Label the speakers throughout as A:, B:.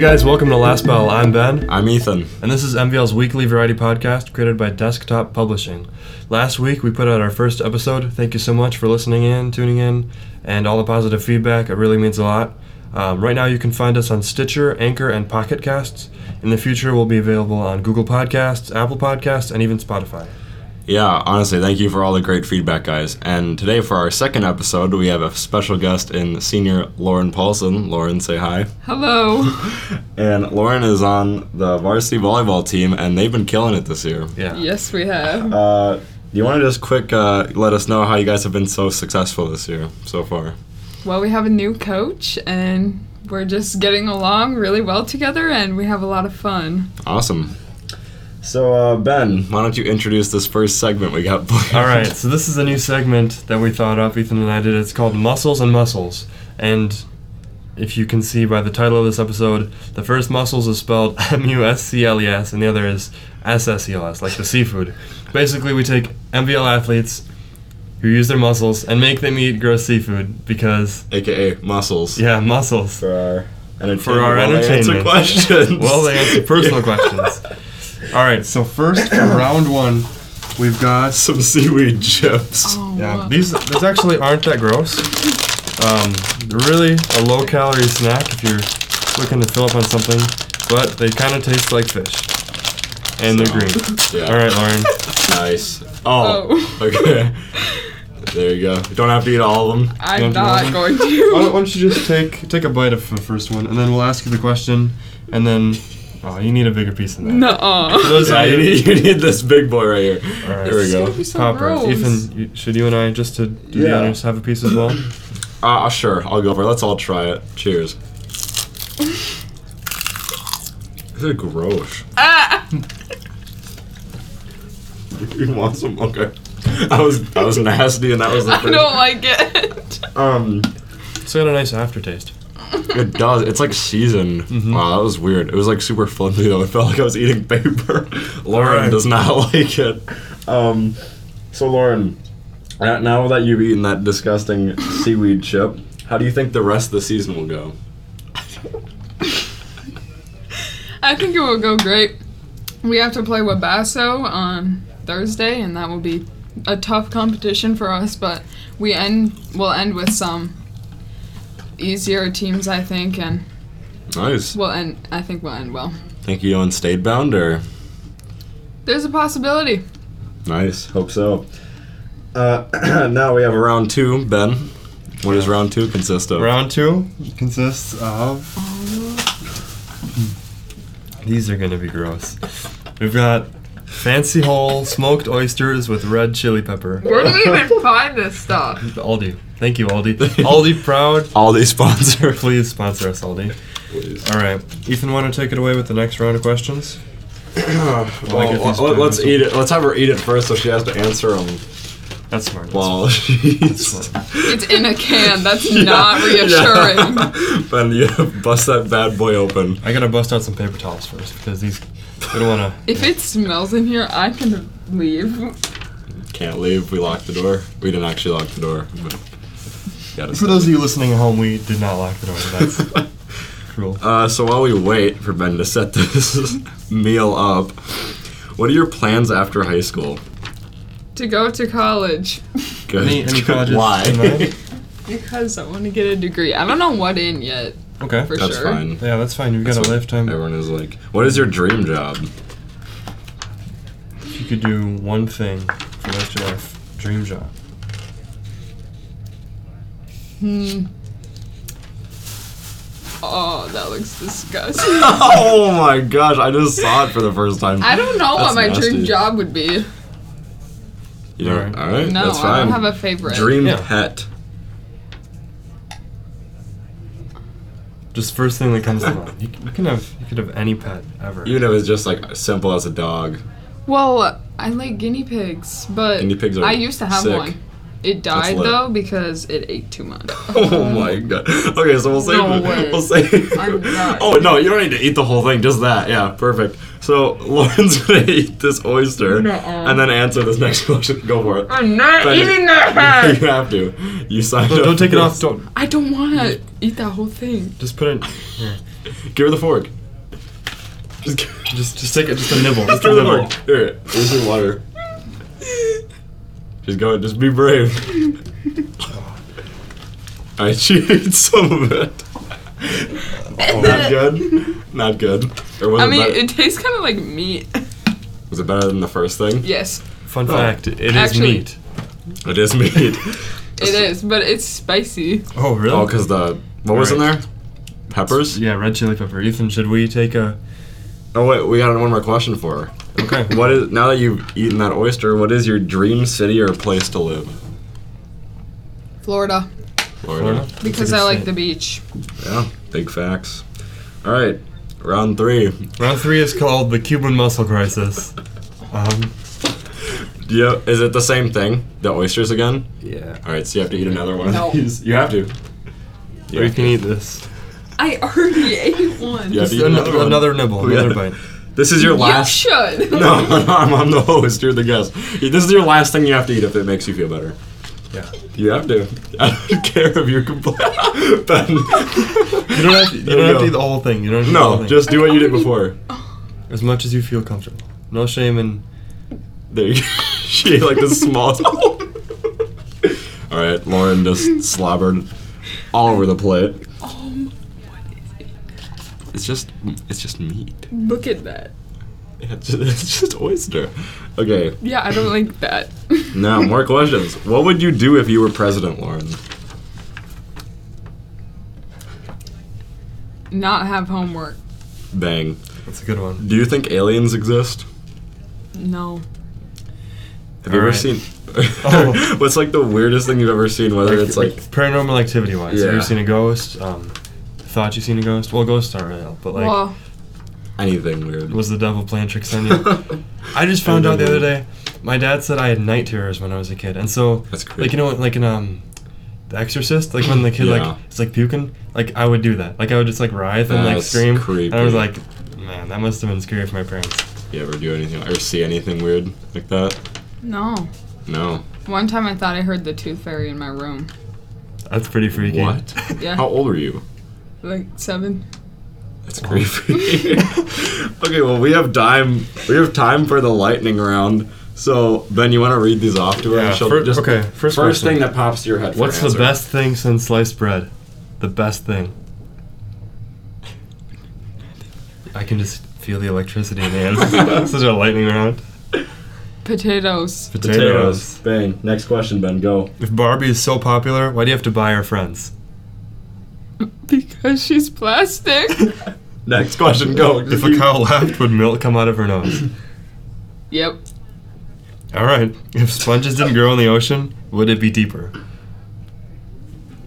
A: guys, welcome to Last Bell. I'm Ben,
B: I'm Ethan.
A: and this is MVL's weekly variety podcast created by Desktop Publishing. Last week we put out our first episode. Thank you so much for listening in, tuning in, and all the positive feedback. It really means a lot. Um, right now you can find us on Stitcher, Anchor, and Pocket Casts. In the future, we'll be available on Google Podcasts, Apple Podcasts, and even Spotify.
B: Yeah, honestly, thank you for all the great feedback, guys. And today, for our second episode, we have a special guest in senior Lauren Paulson. Lauren, say hi.
C: Hello.
B: And Lauren is on the varsity volleyball team, and they've been killing it this year.
A: Yeah.
C: yes, we have.
B: Uh, you want to just quick uh, let us know how you guys have been so successful this year so far?
C: Well, we have a new coach, and we're just getting along really well together, and we have a lot of fun.
B: Awesome. So, uh, Ben, why don't you introduce this first segment we got planned?
A: All right, so this is a new segment that we thought up. Ethan and I did. It's called Muscles and Muscles, and if you can see by the title of this episode, the first muscles is spelled M U S C L E S, and the other is S S E L S, like the seafood. Basically, we take MVL athletes who use their muscles and make them eat gross seafood because
B: AKA muscles.
A: yeah, muscles.
B: For our entertainment.
A: For our
B: while they Answer
A: entertainment.
B: questions.
A: Well, they answer personal questions. All right, so first for round one, we've got
B: Some seaweed chips.
C: Oh,
A: Yeah,
C: uh,
A: these these actually aren't that gross. Um, they're really a low calorie snack if you're looking to fill up on something, but they kind of taste like fish, and they're green.
B: Yeah.
A: All right, Lauren.
B: Nice. Oh.
C: Oh.
B: Okay. There you go. You don't have to eat all of them.
C: I'm
A: want to
C: not
A: know?
C: going
A: Why don't,
C: to.
A: why don't you just take take a bite of the first one, and then we'll ask you the question, and then oh, you need a bigger piece than that. For
C: Nuh-uh.
A: those of
B: Yeah, you
A: you-
B: need, you need this big boy right here.
A: All right.
B: Here we
C: It's
B: go.
C: gonna be so
A: Popper,
C: gross.
A: Ethan, you, should you and I just to do the
B: Yeah.
A: honors have a piece as well?
B: Uh, sure, I'll go for it. Let's all try it. Cheers. This is gross.
C: Ah!
B: You want some? Okay. I was I was nasty, and that was the
C: I
B: thing.
C: don't like it.
B: Um,
A: It's got a nice aftertaste.
B: it does. It's like seasoned. Wow, that was weird. It was like super flimsy though. It felt like I was eating paper. Lauren
A: Alright.
B: does not like it. Um, so Lauren, uh, now that you've eaten that disgusting seaweed chip, how do you think the rest of the season will go?
C: I think it will go great. We have to play Wabasso on Thursday, and that will be a tough competition for us. But we end we'll end with some easier teams, I think, and
B: Nice.
C: we'll end. I think we'll end well.
B: Think you on state bound or?
C: There's a possibility.
B: Nice. Hope so. Uh, now we have round two, Ben. What does round two consist of?
A: Round two consists of. These are gonna be gross. We've got fancy hole smoked oysters with red chili pepper.
C: Where do we even find this stuff?
A: Aldi, thank you, Aldi. Aldi proud.
B: all these sponsors.
A: Please sponsor us, Aldi. All right, Ethan, want to take it away with the next round of questions?
B: Well,
A: if he's
B: let- let's
A: done.
B: eat it. Let's have her eat it first, so she has to answer them.
A: That's smart. that's
B: Well, she's
C: It's in a can. That's not reassuring.
B: Ben, you bust that bad boy open.
A: I gotta bust out some paper towels first because these. We don't wanna.
C: If it smells in here, I can leave.
B: Can't leave. We locked the door. We didn't actually lock the door. But gotta
A: For those of you listening at home, we did not lock the door. That's cruel.
B: Uh, so while we wait for Ben to set this meal up, what are your plans after high school?
C: To go to college
B: Good.
A: Any- any colleges in
B: Why?
A: mind?
C: because I want to get a degree. I don't know what in yet,
A: Okay.
C: for
B: That's
C: sure.
B: fine.
A: Yeah, that's fine. We've got a
B: That's what
A: lifetime.
B: Everyone is like, "What is your dream job?"
A: If you could do one thing for the rest of your life, dream job.
C: Hmm. Oh, that looks disgusting.
B: oh my gosh! I just saw it for the first time.
C: I don't know
B: That's
C: what my
B: nasty.
C: dream job would be.
B: You know, all
A: Alright.
B: right.
C: No,
B: that's
C: I
B: fine.
C: don't have a favorite.
B: dream
A: Yeah.
B: pet.
A: Just first thing that comes to mind. You, c- you can have you could have any pet ever.
B: Even if it's just like simple as a dog.
C: Well, I like guinea pigs, but
B: Guinea pigs are
C: I used to have
B: sick.
C: one. It died
B: lit.
C: though because it ate too much.
B: Oh my god. Okay, so we'll say
C: No way.
B: we'll say.
C: I'm not.
B: Oh no, you don't need to eat the whole thing. Just that. Yeah, perfect. So Lauren's gonna eat this oyster
C: Nuh-uh.
B: and then answer this next question. Go for it.
C: I'm not
B: But-
C: eating that.
B: You have to. You signed
A: No,
B: up.
A: don't take
B: for
A: it off.
B: this.
A: Don't
C: I don't want to eat that whole thing.
A: just put it. Here.
B: Give her the fork. Just give
A: Just, just take it, just a nibble, just
B: her
A: a
B: the
A: nibble.
B: fork. Here, here's your water. Just go. Just be brave. I chewed some of it. Not good. Not good. Or was
C: I
B: it
C: mean,
B: better-
C: it tastes kind of like meat.
B: was it better than the first thing?
C: yes,
A: Fun
B: Oh.
A: fact: it is
C: Actually-
A: meat.
B: It is meat.
C: it is, but it's spicy.
A: Oh, really?
B: oh, cause the what was in
A: Right.
B: there? Peppers.
A: yeah, red chili pepper. Ethan, should we take a?
B: Oh wait, we got one more question for her.
A: Okay.
B: What is now that you've eaten that oyster? What is your dream city or place to live?
C: Florida,
B: Florida.
C: because I like the beach.
B: Yeah, big facts. All right, round three.
A: Round three is called the Cuban Missile Crisis. Um,
B: Yeah, is it the same thing? The oysters again?
A: yeah.
B: All right, so you have to eat another one
C: No.
B: of these. You have to. You
A: We
B: have
A: can eat this.
C: I already ate one.
B: Yeah, Have you
A: Just
B: eaten
A: another,
B: another one?
A: another nibble,
B: Yeah.
A: another bite.
B: to. This is your
C: You
B: last.
C: should.
B: No, no, I'm, I'm the host. You're the guest. This is your last thing you have to eat if it makes you feel better.
A: Yeah.
B: You have to. I don't care if you're complaining. ben.
A: You don't have to, you
B: There
A: don't
B: we
A: have
B: go.
A: to eat the whole thing. You don't have to eat the whole
B: No,
A: thing.
B: just do what you did before.
A: as much as you feel comfortable. No shame in.
B: There you go. she ate like the smallest. all right, Lauren just slobbered all over the plate.
C: Um,
B: It's just, it's just meat.
C: look at that.
B: It's just, it's just oyster. Okay,
C: Yeah, I don't like that.
B: now more questions. What would you do if you were president, Lauren?
C: Not have homework.
B: Bang.
A: That's a good one.
B: Do you think aliens exist?
C: No.
B: Have you ever
A: Alright.
B: seen?
A: Oh.
B: What's like the weirdest thing you've ever seen? Whether it's like
A: paranormal activity wise. Have you
B: Yeah.
A: ever seen a ghost? Um, thought you seen a ghost? Well, ghosts aren't real, but like,
C: well,
B: anything weird.
A: was the devil playing tricks on you? I just found out the other day. My dad said I had night terrors when I was a kid, and so
B: That's
A: like
B: creepy.
A: you know like in um, The Exorcist, like when the kid
B: Yeah.
A: like it's like puking, like I would do that. Like I would just like writhe and like
B: That's
A: scream. And I was like,
B: creepy.
A: man, that must have been scary for my parents.
B: You ever do anything or see anything weird like that?
C: no.
B: No.
C: One time I thought I heard the tooth fairy in my room.
A: That's pretty freaky.
B: What?
C: Yeah.
B: How old were you?
C: Like seven.
A: Oh.
B: That's creepy. okay, well we have time. We have time for the lightning round. So Ben, you want to read these off to her?
A: Yeah,
B: and she'll
A: fir-
B: just-
A: okay, first question.
B: thing that pops to your head. for
A: What's
B: an
A: the
B: answer.
A: best thing since sliced bread? The best thing. I can just feel the electricity in the air. Such a lightning round.
C: Potatoes.
B: Potatoes. Bang. Next question, Ben. Go.
A: If Barbie is so popular, why do you have to buy her friends?
C: Because she's plastic.
B: Next question. Go.
A: If a cow laughed, would milk come out of her nose?
C: yep.
A: All right. If sponges didn't grow in the ocean, would it be deeper?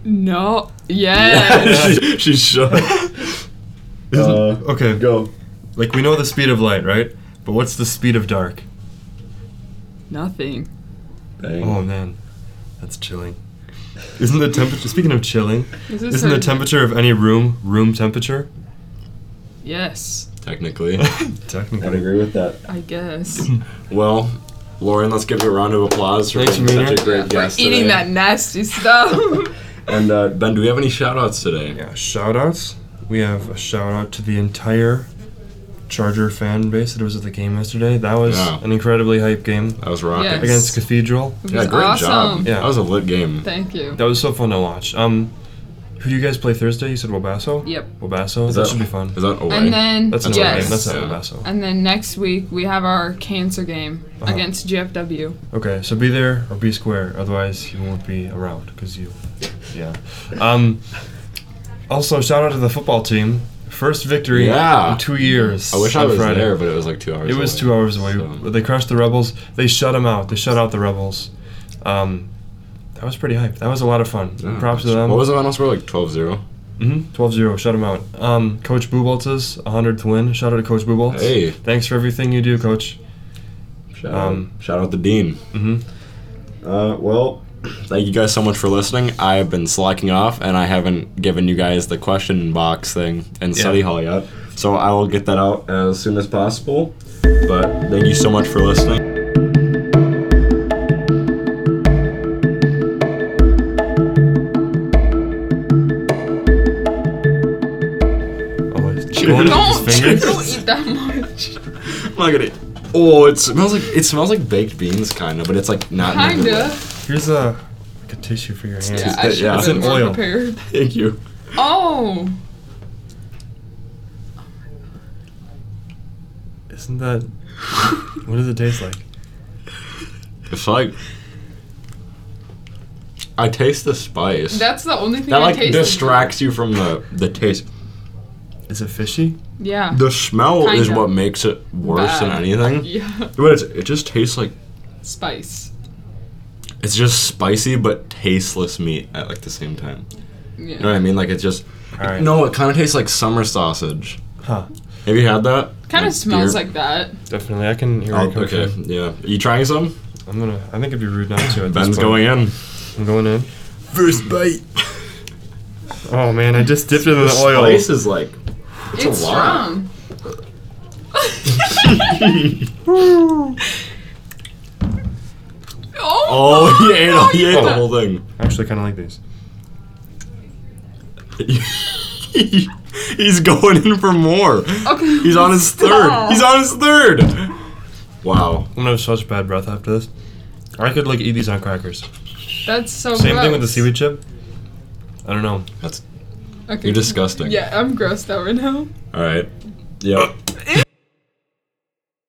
C: No. Yes.
B: she, she should.
A: Isn't-
B: Uh,
A: okay.
B: Go.
A: Like we know the speed of light, right? But what's the speed of dark?
C: Nothing.
B: Bang.
A: Oh man, that's chilling. Isn't the temperature? Speaking of chilling,
C: This is
A: isn't the
C: her-
A: temperature of any room room temperature?
C: Yes,
B: Technically, I'd
A: Technically.
B: agree with that.
C: I guess.
B: Well, Lauren, let's give you a round of applause for
A: Thanks,
B: being such
A: Mina.
B: a great
C: We're
B: guest
C: eating
B: today.
C: that nasty stuff.
B: And uh, Ben, do we have any shout-outs today?
A: Yeah. Shout outs. We have a shout out to the entire Charger fan base that was at the game yesterday. That was
B: Yeah.
A: an incredibly hype game
B: That was rocking.
C: Yes.
A: against Cathedral.
C: It
B: Yeah,
C: was
B: great
C: awesome.
B: job.
A: Yeah.
B: That was a lit game.
C: Thank you.
A: That was so fun to watch. Um, who do you guys play Thursday? You said Wabasso.
C: Yep.
A: Wabasso. That, should be fun.
B: Is that away?
C: And then
A: That's another
C: yes.
A: game. That's not
B: Yeah.
A: Wabasso.
C: and then next week we have our cancer game
A: Uh-huh.
C: against GFW.
A: Okay, so be there or be square, otherwise you won't be around because you, yeah. Um, also, shout out to the football team. First victory
B: Yeah.
A: in two years.
B: I wish I
A: on
B: was
A: Friday.
B: there, but it was like two hours.
A: It was
B: away.
A: two hours away.
B: So-
A: They crushed the Rebels. They shut them out. They shut out the Rebels. Um, that was pretty hype. That was a lot of fun.
B: Yeah.
A: Props to them.
B: What was the final score? Like 12-0?
A: Mm-hmm. 12-0. Shut them out. Um, Coach Bubolts' 100th win. Shout out to Coach Bubolts.
B: Hey.
A: Thanks for everything you do, Coach.
B: Shout,
A: Um,
B: out, shout out the dean.
A: Mm-hmm.
B: Uh, well, thank you guys so much for listening. I've been slacking off, and I haven't given you guys the question box thing and
A: Yeah.
B: study hall yet. So I will get that out as soon as possible. But thank you so much for listening.
A: Oh, Hold it
C: Don't,
A: with his fingers.
C: don't eat that much.
B: I'm not gonna. Oh, it smells like it smells like baked beans, kind of, but it's like not. in a good way.
C: Kinda.
A: Here's a like a tissue for your hand.
B: Yeah,
C: Yeah, I should have
B: it's
C: been
A: an
C: more
A: oil.
C: prepared.
B: Thank you.
C: Oh,
A: Isn't that what does it taste like?
B: It's like I taste the spice.
C: that's the only thing
B: that
C: I
B: like
C: tasted.
B: distracts you from the the taste.
A: Is it fishy?
C: Yeah.
B: The smell
C: Kind
B: is
C: of.
B: what makes it worse than
C: Bad.
B: anything.
C: yeah.
B: But it's, it just tastes like
C: Spice.
B: it's just spicy but tasteless meat at like the same time.
C: Yeah.
B: You know what I mean? Like it's just
A: All right.
B: no. It kind of tastes like summer sausage.
A: Huh.
B: Have you had that?
C: Kind of smells
B: beer?
C: like that.
A: Definitely. I can hear
B: Oh,
A: where it comes
B: okay.
A: from.
B: Yeah. You trying some?
A: I'm gonna. I think it'd be rude not to. At this
B: Ben's
A: point.
B: going in.
A: I'm going in.
B: First bite.
A: Oh man, I just dipped it in the
B: This
A: oil.
B: place is like
C: It's,
B: a lot.
C: strong. oh,
B: Oh, he ate,
C: no,
B: he ate the
A: Oh.
B: whole thing.
A: I actually kind of like these.
B: He's going in for more.
C: Okay.
B: He's on his third.
C: Oh, Stop.
B: He's on his third. Wow.
A: I'm gonna have such bad breath after this. I could like eat these on crackers.
C: That's so.
A: Same thing with the
C: gross.
A: seaweed chip. I don't know.
B: That's
C: Okay.
B: you're disgusting.
C: Yeah, I'm grossed out right now.
B: All right. Yeah.